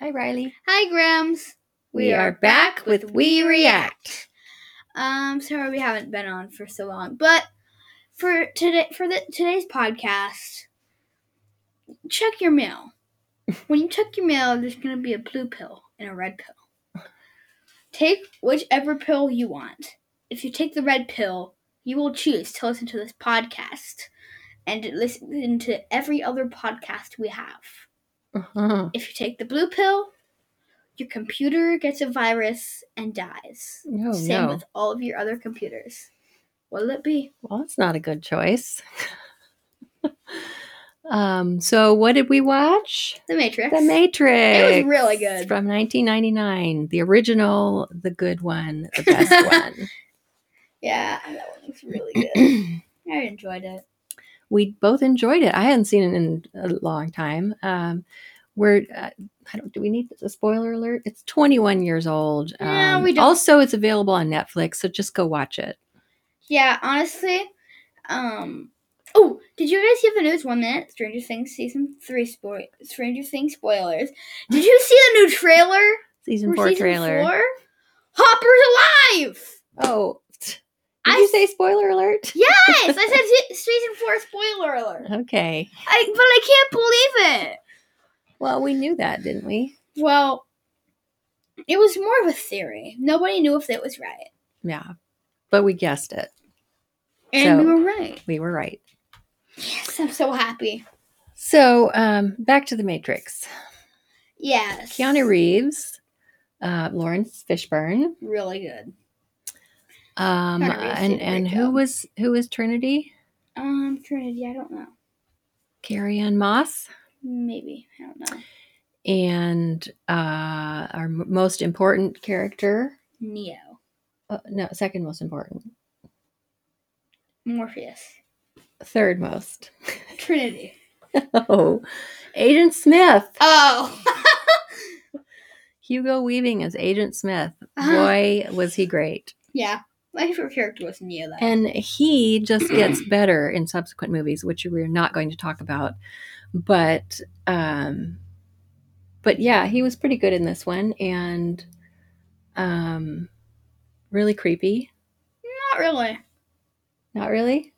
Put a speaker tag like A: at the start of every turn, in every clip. A: Hi, Riley.
B: Hi, Grams.
A: We, are back with We React.
B: Um, sorry we haven't been on for so long, but for today, for the, today's podcast, check your mail. when you check your mail, there's gonna be a blue pill and a red pill. Take whichever pill you want. If you take the red pill, you will choose to listen to this podcast and listen to every other podcast we have.
A: Uh-huh.
B: If you take the blue pill, your computer gets a virus and dies.
A: No,
B: Same
A: Oh, no.
B: with all of your other computers. What'll it be?
A: well, that's not a good choice. um. So, what did we watch?
B: The Matrix.
A: The Matrix.
B: It was really good.
A: From 1999, the original, the good one, the best one.
B: yeah, that one looks really good. I enjoyed it.
A: we both enjoyed it. I hadn't seen it in a long time. Um, we're uh, I don't. Do we need a spoiler alert? It's 21 years old.
B: No,
A: Um,
B: we don't.
A: Also, it's available on Netflix, so just go watch it.
B: Yeah, honestly. Um. Oh, did you guys see the news? One minute, Stranger Things season three spoil. Stranger Things spoilers. Did you see the new trailer?
A: Season
B: for
A: four
B: season
A: trailer.
B: Four? Hopper's alive.
A: Oh, did
B: I
A: you say spoiler alert?
B: Yes, I said se- season four spoiler alert.
A: Okay.
B: I, but I can't believe it.
A: Well, we knew that, didn't we?
B: Well, it was more of a theory. Nobody knew if it was right.
A: Yeah, but we guessed it.
B: And we
A: So-
B: were right.
A: We were right.
B: Yes, I'm so happy.
A: So, um, back to the Matrix.
B: Yes.
A: Keanu Reeves, uh, Lawrence Fishburne,
B: Really good.
A: um,
B: Keanu Reeves did a
A: and
B: great
A: and who
B: job.
A: was who was Trinity?
B: Um, Trinity, I don't know.
A: Carrie Ann Moss.
B: Maybe. I don't know.
A: And uh, our m- most important character,
B: Neo.
A: uh, no, second most important,
B: Morpheus.
A: third most.
B: Trinity.
A: Oh, Agent Smith.
B: Oh.
A: Hugo Weaving as Agent Smith.
B: Uh-huh.
A: Boy, was he great.
B: yeah. My favorite character was Neo, though.
A: And he just gets better in subsequent movies, which we're not going to talk about. But, um, but yeah, he was pretty good in this one and um, really creepy.
B: Not really.
A: Not really.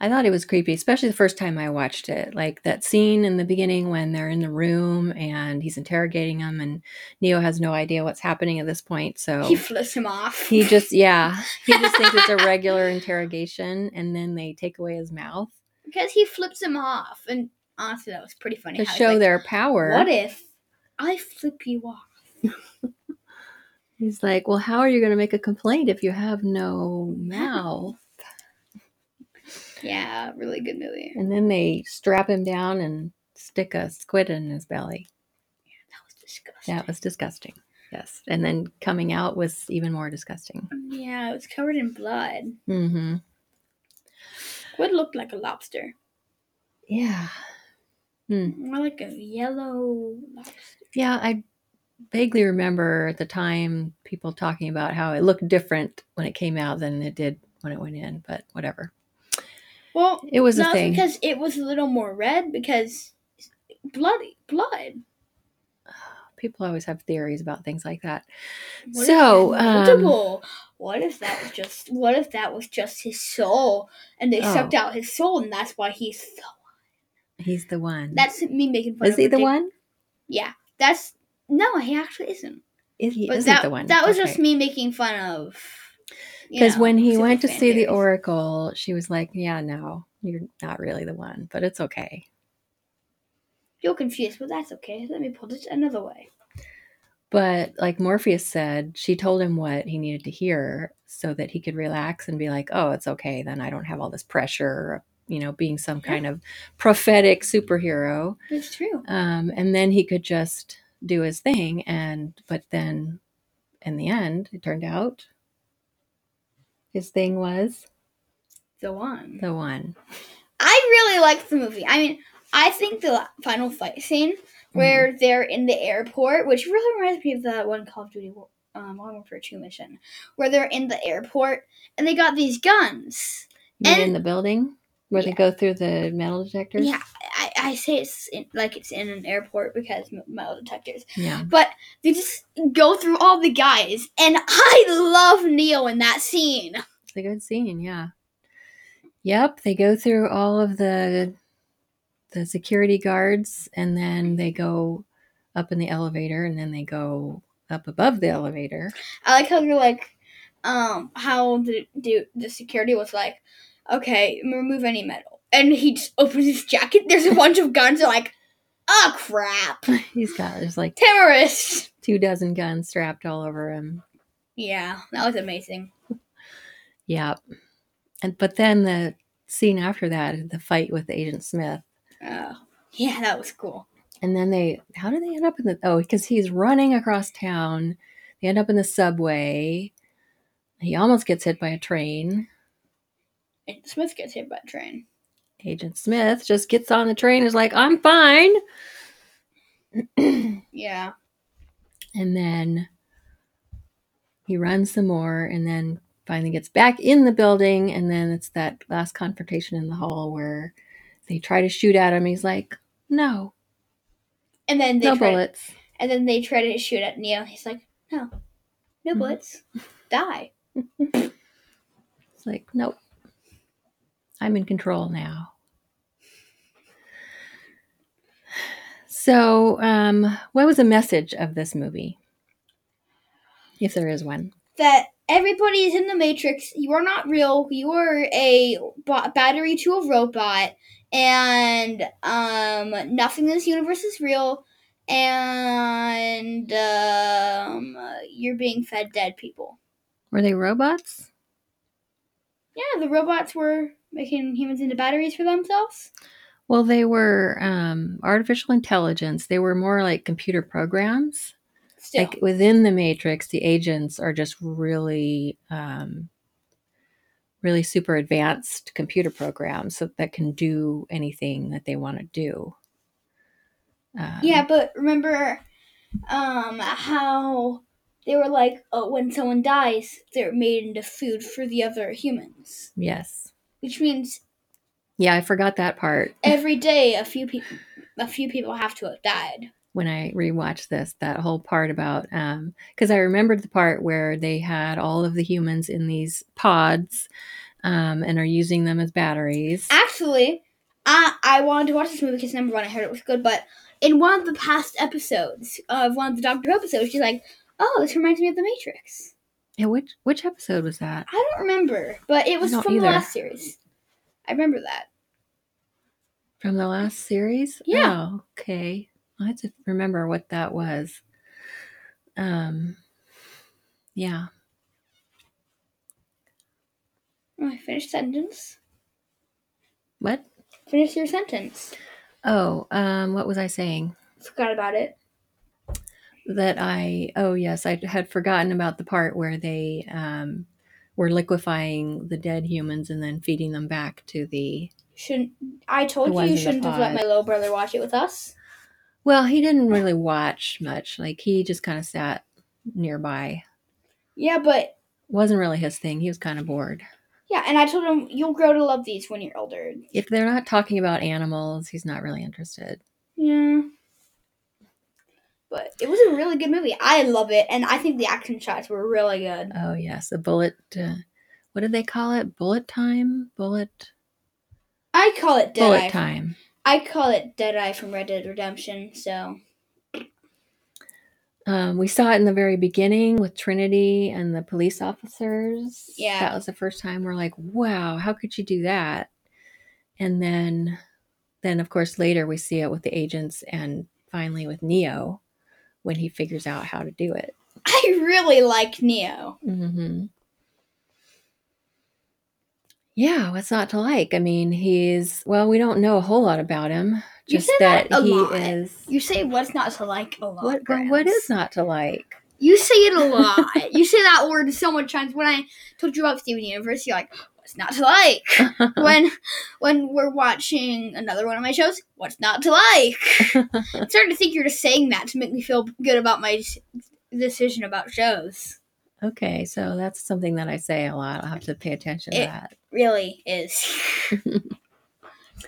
A: I thought it was creepy, especially the first time I watched it. Like that scene in the beginning when they're in the room and he's interrogating him, and Neo has no idea what's happening at this point. So
B: He
A: Oh. he,
B: flips him off.
A: just, yeah, he just thinks it's a regular interrogation, and then they take away his mouth
B: because he flips him off. And honestly, that was pretty funny.
A: to
B: how he's
A: show
B: like,
A: their power.
B: What if I flip you off?
A: he's like, "Well, how are you going to make a complaint if you have no mouth?"
B: Yeah, really good movie.
A: And then they strap him down and stick a squid in his belly.
B: That was disgusting.
A: That was disgusting. Yes. And then coming out was even more disgusting.
B: Yeah, it was covered in blood.
A: Mm-hmm.
B: Squid looked like a lobster.
A: Yeah. Mm.
B: More like a yellow lobster.
A: Yeah. I vaguely remember at the time people talking about how it looked different when it came out than it did when it went in, but whatever.
B: Well,
A: It was a
B: no,
A: thing.
B: it's because it was a little more red because bloody blood.
A: people always have theories about things like that.
B: What if
A: So,
B: it had
A: um,
B: multiple. what if that was just? What if that was just his soul, and they
A: Oh.
B: sucked out his soul, and that's why he's. So,
A: He's the one.
B: that's me making fun.
A: Is
B: of
A: he the
B: ridic-
A: one?
B: Yeah, that's no. He actually isn't.
A: Is he
B: But
A: isn't
B: that,
A: the one?
B: that was
A: Okay.
B: just me making fun of. you
A: Because
B: know,
A: when he
B: super
A: went to
B: fan
A: see the
B: theories.
A: Oracle, she was like, Yeah, no, you're not really the one, but it's okay.
B: You're confused, but that's okay. Let me put it another way.
A: But like Morpheus said, she told him what he needed to hear so that he could relax and be like, oh, it's okay. Then I don't have all this pressure, of, you know, being some kind of prophetic superhero.
B: It's true.
A: Um, and then he could just do his thing. And, but then in the end, it turned out his thing was
B: The one.
A: the one.
B: I really liked the movie. I mean, I think the la- final fight scene where
A: Mm-hmm.
B: they're in the airport, which really reminds me of that one Call of Duty Wo- um, Modern Warfare 2 mission, where they're in the airport and they got these guns.
A: You mean
B: And-
A: in the building where they
B: Yeah.
A: go through the metal detectors?
B: Yeah, I, I say it's in, like it's in an airport because m- metal detectors,
A: Yeah.
B: but they just go through all the guys, and I love Neo in that scene.
A: It's a good scene, yeah. Yep, they go through all of the the security guards and then they go up in the elevator and then they go up above the elevator.
B: I like how they're like, um, how the dude, the security was like, okay, remove any metal, and he just opens his jacket. There's a bunch of guns. They're like, oh crap,
A: He's got there's like
B: terrorists.
A: two dozen guns strapped all over him.
B: Yeah, that was amazing.
A: Yep. And but then the scene after that, the fight with Agent Smith.
B: Oh, yeah, that was cool.
A: And then they how do they end up in the oh, because he's running across town. They end up in the subway. He almost gets hit by a train.
B: And Smith gets hit by a train.
A: Agent Smith just gets on the train, is like, I'm fine. and
B: Yeah.
A: then he runs some more and then finally gets back in the building. And then it's that last confrontation in the hall where they try to shoot at him. He's like, No,
B: And then they
A: no
B: try,
A: bullets.
B: and then they try to shoot at Neo. He's like, no, no
A: Mhm.
B: bullets, die.
A: It's like, Nope, I'm in control now. So, um, what was the message of this movie? If there is one.
B: That everybody is in the Matrix. You are not real. You are a bo- battery to a robot, and um, nothing in this universe is real. And um, you're being fed dead people.
A: Were they robots?
B: Yeah, the robots were making humans into batteries for themselves.
A: Well, they were um, artificial intelligence. They were more like computer programs.
B: Still,
A: Like within the Matrix, the agents are just really, um, really super advanced computer programs so that can do anything that they want to do. Um,
B: Yeah, but remember um how they were like oh, when someone dies, they're made into food for the other humans,
A: Yes.
B: which means
A: Yeah, I forgot that part
B: every day a few people a few people have to have died.
A: when I rewatched this. That whole part about because I remembered the part where they had all of the humans in these pods um, and are using them as batteries.
B: Actually, I I wanted to watch this movie because number one, I heard it was good, but in one of the past episodes of one of the Doctor Who episodes, she's like, "Oh, this reminds me of The Matrix."
A: Yeah, which which episode was that?
B: I don't remember, but it was
A: don't
B: from
A: either.
B: the last series. I remember that.
A: From the last series?
B: Yeah.
A: Oh, okay. I have to remember what that was. Um yeah.
B: Oh, I finished sentence.
A: What?
B: Finish your sentence.
A: Oh, um what was I saying?
B: Forgot about it.
A: That I oh yes, I had forgotten about the part where they um were liquefying the dead humans and then feeding them back to the
B: Shouldn't I told
A: The
B: you
A: ones in
B: you
A: the
B: shouldn't have let
A: pod.
B: my little brother watch it with us?
A: Well, he didn't really watch much. Like he just kind of sat nearby.
B: Yeah, but
A: Wasn't really his thing. He was kind of bored.
B: yeah, and I told him you'll grow to love these when you're older.
A: If they're not talking about animals, he's not really interested.
B: Yeah. But it was a really good movie. I love it, and I think the action shots were really good.
A: Oh yes, a bullet. Uh, what did they call it? Bullet time. Bullet.
B: I call it Dead
A: bullet
B: Eye.
A: time.
B: I call it Dead Eye from Red Dead Redemption. So
A: Um, we saw it in the very beginning with Trinity and the police officers.
B: Yeah.
A: that was the first time we're like, wow, how could you do that? And then, then of course later we see it with the agents and finally with Neo when he figures out how to do it.
B: I really like Neo.
A: Mm-hmm. Yeah, what's not to like? I mean, he's well, we don't know a whole lot about him.
B: You
A: Just
B: say that a
A: he
B: lot.
A: is
B: You say what's not to like a
A: what
B: lot.
A: well,
B: Grams.
A: what is not to like?
B: You say it a lot. you say that word so much times. When I told you about Steven Universe, you're like, "What's not to like?" when when we're watching another one of my shows, what's not to like? I'm starting to think you're just saying that to make me feel good about my s- decision about shows.
A: Okay, so that's something that I say a lot. I'll have to pay attention to
B: It-
A: that.
B: Really is.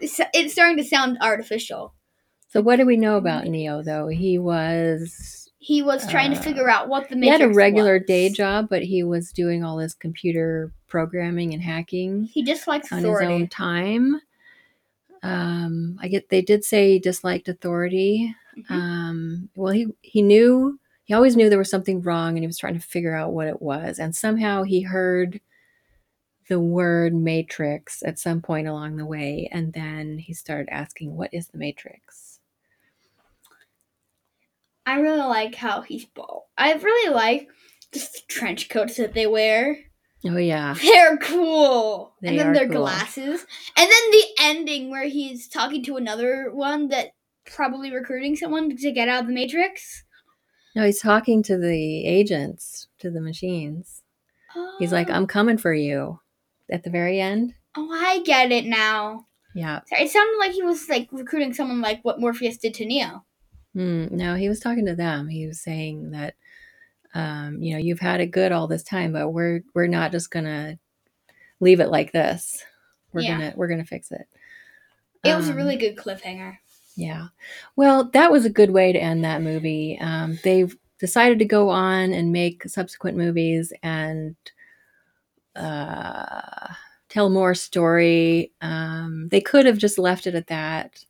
B: it's, it's starting to sound artificial.
A: So what do we know about
B: Mm-hmm.
A: Neo though? He was
B: He was trying to
A: Uh,
B: figure out what the
A: he
B: Matrix
A: had a regular
B: was.
A: day job, but he was doing all this computer programming and hacking
B: He dislikes
A: on his own
B: authority.
A: time. Um, I get they did say he disliked authority.
B: Mhm.
A: Um, well, he he knew he always knew there was something wrong, and he was trying to figure out what it was. And somehow he heard the word matrix at some point along the way, and then he started asking, "What is the matrix?"
B: I really like how he's bald. I really like just the trench coats that they wear.
A: Oh yeah,
B: They're cool.
A: They
B: and then
A: are
B: their
A: cool.
B: glasses. And then the ending where he's talking to another one that probably recruiting someone to get out of the Matrix.
A: no, he's talking to the agents, to the machines. He's like,
B: Oh.
A: "I'm coming for you." At the very end,
B: Oh, I get it now.
A: yeah.
B: Sorry, It sounded like he was like recruiting someone like what Morpheus did to Neo.
A: Mm, no, he was talking to them. He was saying that, um, you know, you've had it good all this time, but we're we're not just gonna leave it like this. We're
B: Yeah.
A: gonna we're gonna fix it.
B: It was a
A: Um,
B: really good cliffhanger.
A: yeah. Well, that was a good way to end that movie. Um, they've decided to go on and make subsequent movies and uh, tell more story. Um, they could have just left it at that.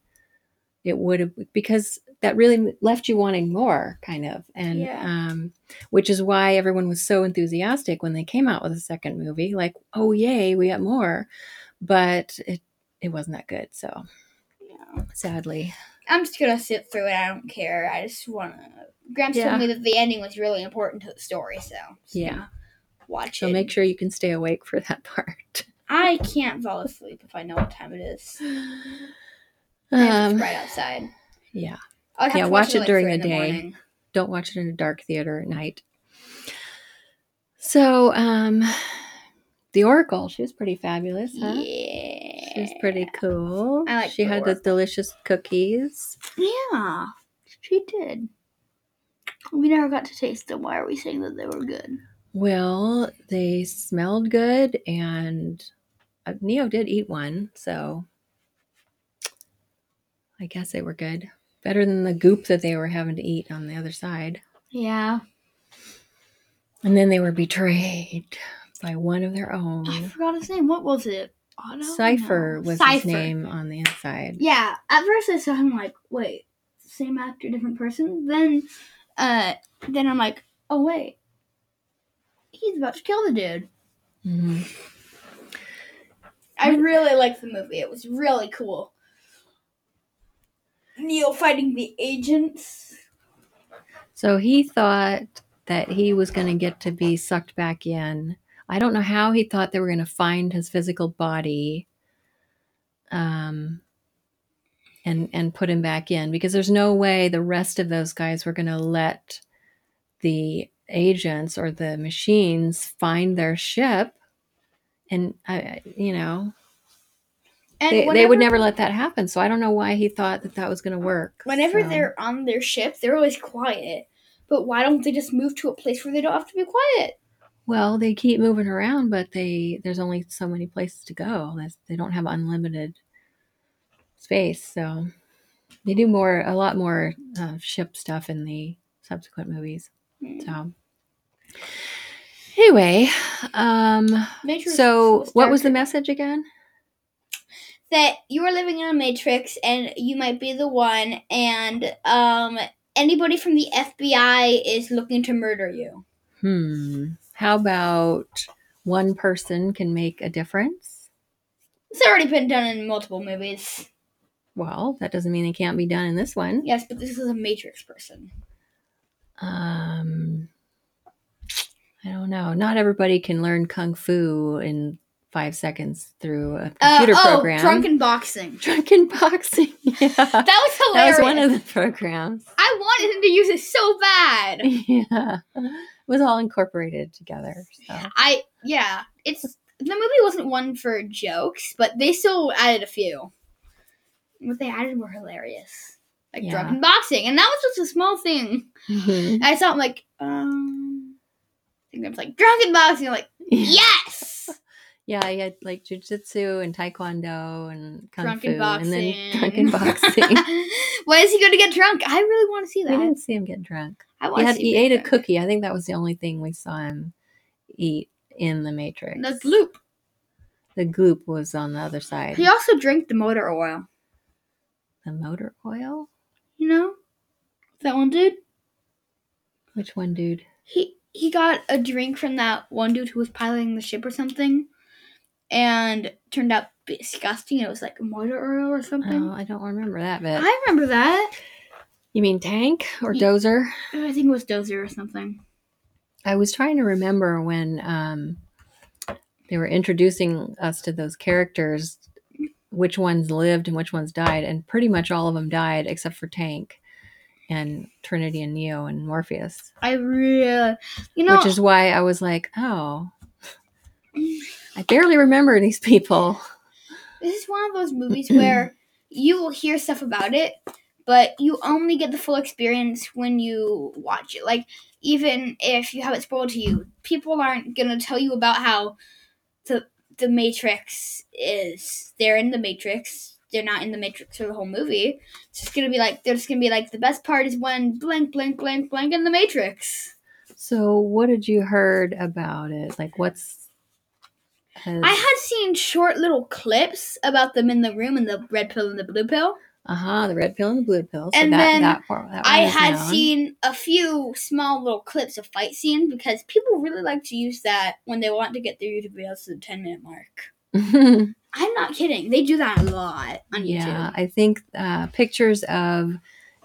A: It would have because that really left you wanting more, kind of, and
B: Yeah.
A: um, which is why everyone was so enthusiastic when they came out with a second movie. Like, oh yay, we got more, but it it wasn't that good. So sadly.
B: I'm just gonna sit through it. I don't care. I just wanna. Gramps
A: Yeah.
B: told me that the ending was really important to the story, so just
A: Yeah.
B: gonna watch
A: So
B: it.
A: make sure you can stay awake for that part.
B: I can't fall asleep if I know what time it is. And it's
A: Um,
B: right outside.
A: yeah,
B: I'll
A: yeah, watch it during the day.
B: morning.
A: don't watch it in a dark theater at night. So, um, the Oracle, she was pretty fabulous, huh?
B: Yeah.
A: She was pretty cool.
B: I like
A: she
B: the
A: had the
B: Oracle.
A: delicious cookies.
B: Yeah, she did. We never got to taste them. Why are we saying that they were good?
A: Well, they smelled good, and uh, Neo did eat one, so I guess they were good. Better than the goop that they were having to eat on the other side.
B: Yeah.
A: And then they were betrayed by one of their
B: I
A: own.
B: forgot his name. What was it? Otto?
A: Cypher
B: No.
A: was his
B: Cypher.
A: name on the inside.
B: Yeah. At first I saw him like, wait, same actor, different person. Then uh then I'm like, oh wait. He's about to kill the dude.
A: Mhm.
B: I really liked the movie. It was really cool. Neo fighting the agents.
A: So he thought that he was going to get to be sucked back in. I don't know how he thought they were going to find his physical body um, and, and put him back in because there's no way the rest of those guys were going to let the agents or the machines find their ship. And, I- I, you know,
B: And
A: they, they would
B: whenever-
A: never let that happen. So I don't know why he thought that that was going to work.
B: Whenever
A: So-
B: they're on their ship, they're always quiet. But why don't they just move to a place where they don't have to be quiet?
A: well, they keep moving around, but they there's only so many places to go. That's- They don't have unlimited space, so they do more a lot more uh, ship stuff in the subsequent movies.
B: Hmm.
A: So anyway, um,
B: Matrix
A: so
B: was
A: what was the
B: darker.
A: message again?
B: That you are living in a matrix, and you might be the one. And um, anybody from the FBI is looking to murder you.
A: Hmm. How about one person can make a difference?
B: It's already been done in multiple movies.
A: Well, that doesn't mean it can't be done in this one.
B: Yes, but this is a matrix person.
A: Um, I don't know. Not everybody can learn kung fu in five seconds through a
B: Uh,
A: computer
B: oh,
A: program.
B: drunken boxing.
A: Drunken boxing. Yeah, that
B: That was hilarious.
A: was one of the programs.
B: I wanted him to use it so bad.
A: Yeah, it was all incorporated together. So.
B: I yeah, it's the movie wasn't one for jokes, but they still added a few. What they added were hilarious, like
A: Yeah.
B: drunken boxing, and that was just a small thing.
A: Mhm.
B: I saw it I'm like um, I think I was like drunken boxing, I'm like
A: Yeah.
B: yes,
A: Yeah, I had like jujitsu and taekwondo and kung
B: Drunken
A: fu, and
B: boxing.
A: then drunken boxing.
B: Why is he going to get drunk? I really want to see
A: we
B: that.
A: didn't see him get drunk.
B: Oh, I want
A: He
B: to
A: had
B: see
A: he
B: him
A: ate
B: get
A: a
B: drunk.
A: cookie. I think that was the only thing we saw him eat in the Matrix.
B: The gloop.
A: The goop was on the other side.
B: He also drank the motor oil.
A: The motor oil.
B: You know that one dude.
A: Which one, dude?
B: He he got a drink from that one dude who was piloting the ship or something, and turned out disgusting. It was like motor oil or something.
A: Oh, I don't remember that bit.
B: I remember that.
A: You mean tank or
B: Ye-
A: dozer?
B: I think it was Dozer or something.
A: I was trying to remember when um, they were introducing us to those characters, which ones lived and which ones died, and pretty much all of them died except for Tank and Trinity and Neo and Morpheus,
B: I really, you know,
A: which is why I was like, oh, I barely remember these people.
B: this is one of those movies where you will hear stuff about it, but you only get the full experience when you watch it. Like, even if you have it spoiled to you, people aren't gonna tell you about how the the Matrix is. They're in the Matrix. They're not in the Matrix for the whole movie. It's just gonna be like they're just gonna be like the best part is when blank, blank, blank, blank in the Matrix.
A: So, what did you heard about it? Like, what's has,
B: I had seen short little clips about them in the room and the red pill and the blue pill.
A: uh-huh, the red pill and the blue pill. So
B: And
A: that,
B: then
A: that part, that
B: I
A: one is
B: had
A: known.
B: seen a few small little clips of fight scenes because people really like to use that when they want to get their YouTube videos to the 10 minute mark. I'm not kidding. They do that a lot on
A: Yeah,
B: YouTube.
A: I think uh, pictures of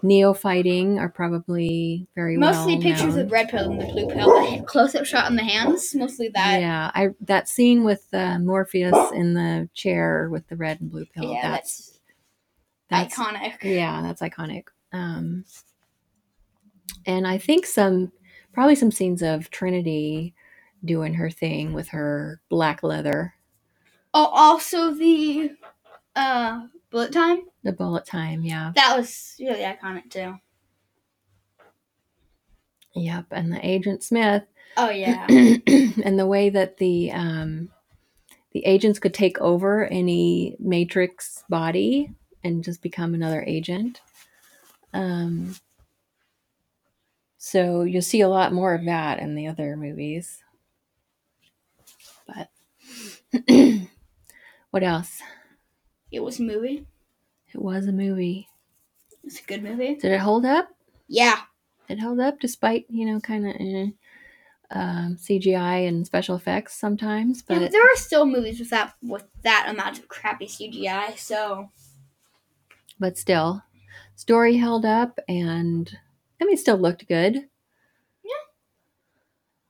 A: Neo fighting are probably very
B: Mostly
A: well
B: pictures
A: known.
B: of red pill and the blue pill, the close up shot on the hands, mostly that.
A: yeah, I that scene with uh, Morpheus in the chair with the red and blue pill.
B: Yeah,
A: oh, that's, that's
B: Iconic.
A: Yeah, that's iconic. Um, and I think some, probably some scenes of Trinity doing her thing with her black leather,
B: Oh, also the uh, bullet time.
A: the bullet time. Yeah,
B: That was really iconic too.
A: yep. And the Agent Smith
B: Oh, yeah.
A: and the way that the um, the agents could take over any matrix body and just become another agent. Um, so you'll see a lot more of that in the other movies. But what else?
B: it was a movie.
A: It was a movie.
B: It's a good movie.
A: Did it hold up?
B: Yeah.
A: It held up despite you know kind of eh, um, CGI and special effects sometimes,
B: Yeah,
A: but
B: but there are still movies with that with that amount of crappy CGI. So
A: but still story held up and i mean still looked good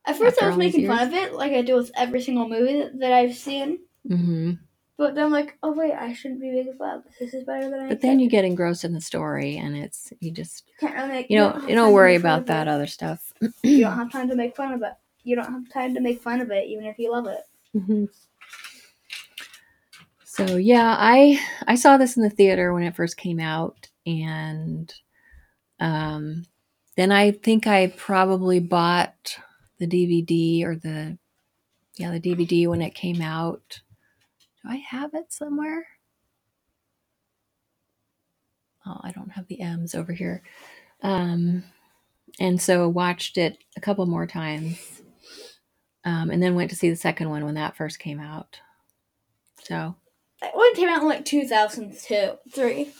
B: at first
A: After
B: I was
A: all these
B: making fun of it, like I do with every single movie that, that I've seen.
A: hmm
B: But then I'm like, oh wait, I shouldn't be making fun of this. This is better than I.
A: but then you get engrossed in the story and it's you just
B: can't really make,
A: you know
B: have
A: you
B: time
A: don't
B: to
A: worry
B: make fun
A: about
B: of
A: that
B: It.
A: other stuff
B: You don't have time to make fun of it. You don't have time to make fun of it, even if you love it.
A: Mhm. so yeah i i saw this in the theater when it first came out and um then i think i probably bought the dvd or the yeah the dvd when it came out do i have it somewhere oh i don't have the m's over here um and so watched it a couple more times um, and then went to see the second one when that first came out so
B: That one came out in like 2002, three.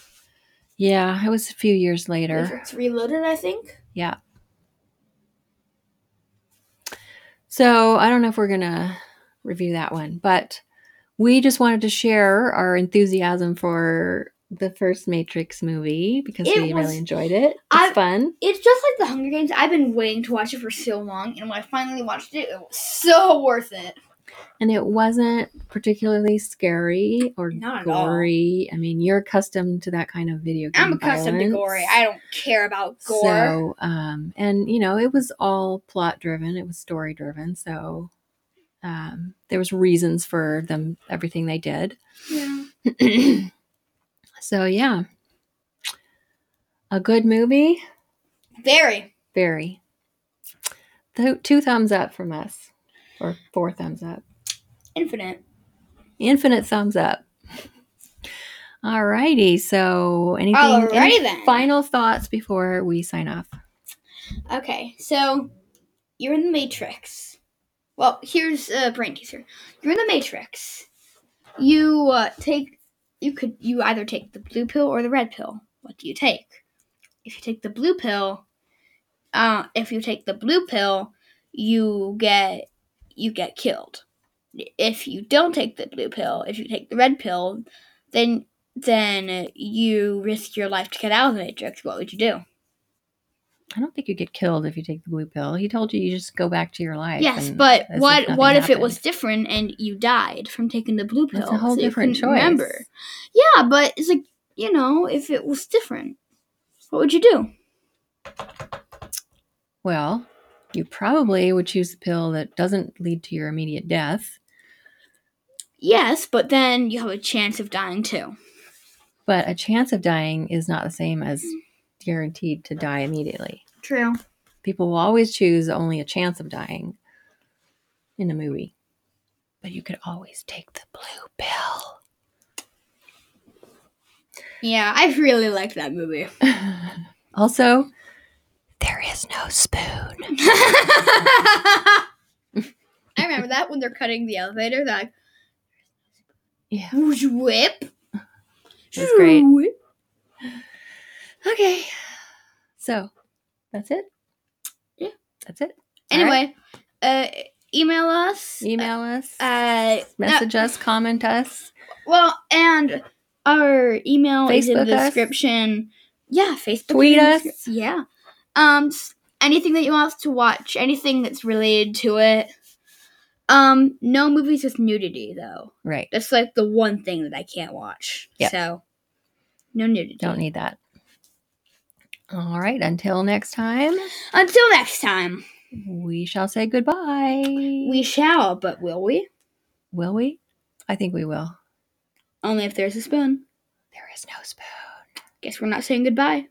A: yeah it was a few years later
B: It's Reloaded, I think.
A: yeah so i don't know if we're gonna review that one but we just wanted to share our enthusiasm for the first matrix movie because
B: It
A: we
B: was-
A: really enjoyed it it's
B: I-
A: fun
B: It's just like the Hunger Games. I've been waiting to watch it for so long, and when I finally watched it, it was so worth it.
A: and it wasn't particularly scary or
B: Not at all.
A: gory. I mean, you're accustomed to that kind of video game.
B: I'm accustomed to gory.
A: violence.
B: I don't care about gore.
A: So, um, and you know, it was all plot driven. It was story driven. So, um, there was reasons for them everything they did.
B: yeah.
A: so, yeah, a good movie.
B: Very.
A: Very. Th- two thumbs up from us, or four thumbs up.
B: Infinite.
A: infinite thumbs up. All righty. So, anything? any
B: Alrighty then.
A: Final thoughts before we sign off.
B: Okay, so you're in the Matrix. Well, here's a brain teaser. You're in the Matrix. You uh, take. You could. You either take the blue pill or the red pill. What do you take? If you take the blue pill, uh, if you take the blue pill, you get you get killed. If you don't take the blue pill, if you take the red pill, then then you risk your life to get out of the Matrix. What would you do?
A: I don't think you get killed if you take the blue pill. He told you you just go back to your life.
B: Yes,
A: and
B: but
A: as if
B: what
A: nothing
B: what if it
A: happened.
B: was different and you died from taking the blue pill?
A: That's a whole
B: so you
A: different
B: couldn't
A: choice.
B: Remember? Yeah, but it's like you know, if it was different, what would you do?
A: Well, you probably would choose the pill that doesn't lead to your immediate death,
B: Yes, but then you have a chance of dying too.
A: but a chance of dying is not the same as guaranteed to die immediately.
B: True.
A: People will always choose only a chance of dying in a movie. But you could always take the blue pill.
B: Yeah, I really liked that movie.
A: also, there is no spoon.
B: I remember that when they're cutting the elevator, they're like
A: Yeah.
B: whip.
A: That's great. Okay. So, that's it?
B: Yeah.
A: That's it?
B: Anyway, uh, email us.
A: Email us.
B: Uh, no-
A: message us, comment us.
B: Well, and our email is in the
A: Facebook us.
B: description. Yeah, Facebook.
A: Tweet
B: is in the
A: us.
B: descri- Yeah. Um, s- anything that you want us to watch, anything that's related to it. Um, no movies with nudity though.
A: Right.
B: That's like the one thing that I can't watch.
A: Yeah.
B: So, no nudity.
A: Don't need that. All right. Until next time,
B: Until next time,
A: we shall say goodbye.
B: we shall. But will we?
A: will we? I think we will.
B: Only if there's a spoon.
A: There is no spoon.
B: Guess we're not saying goodbye.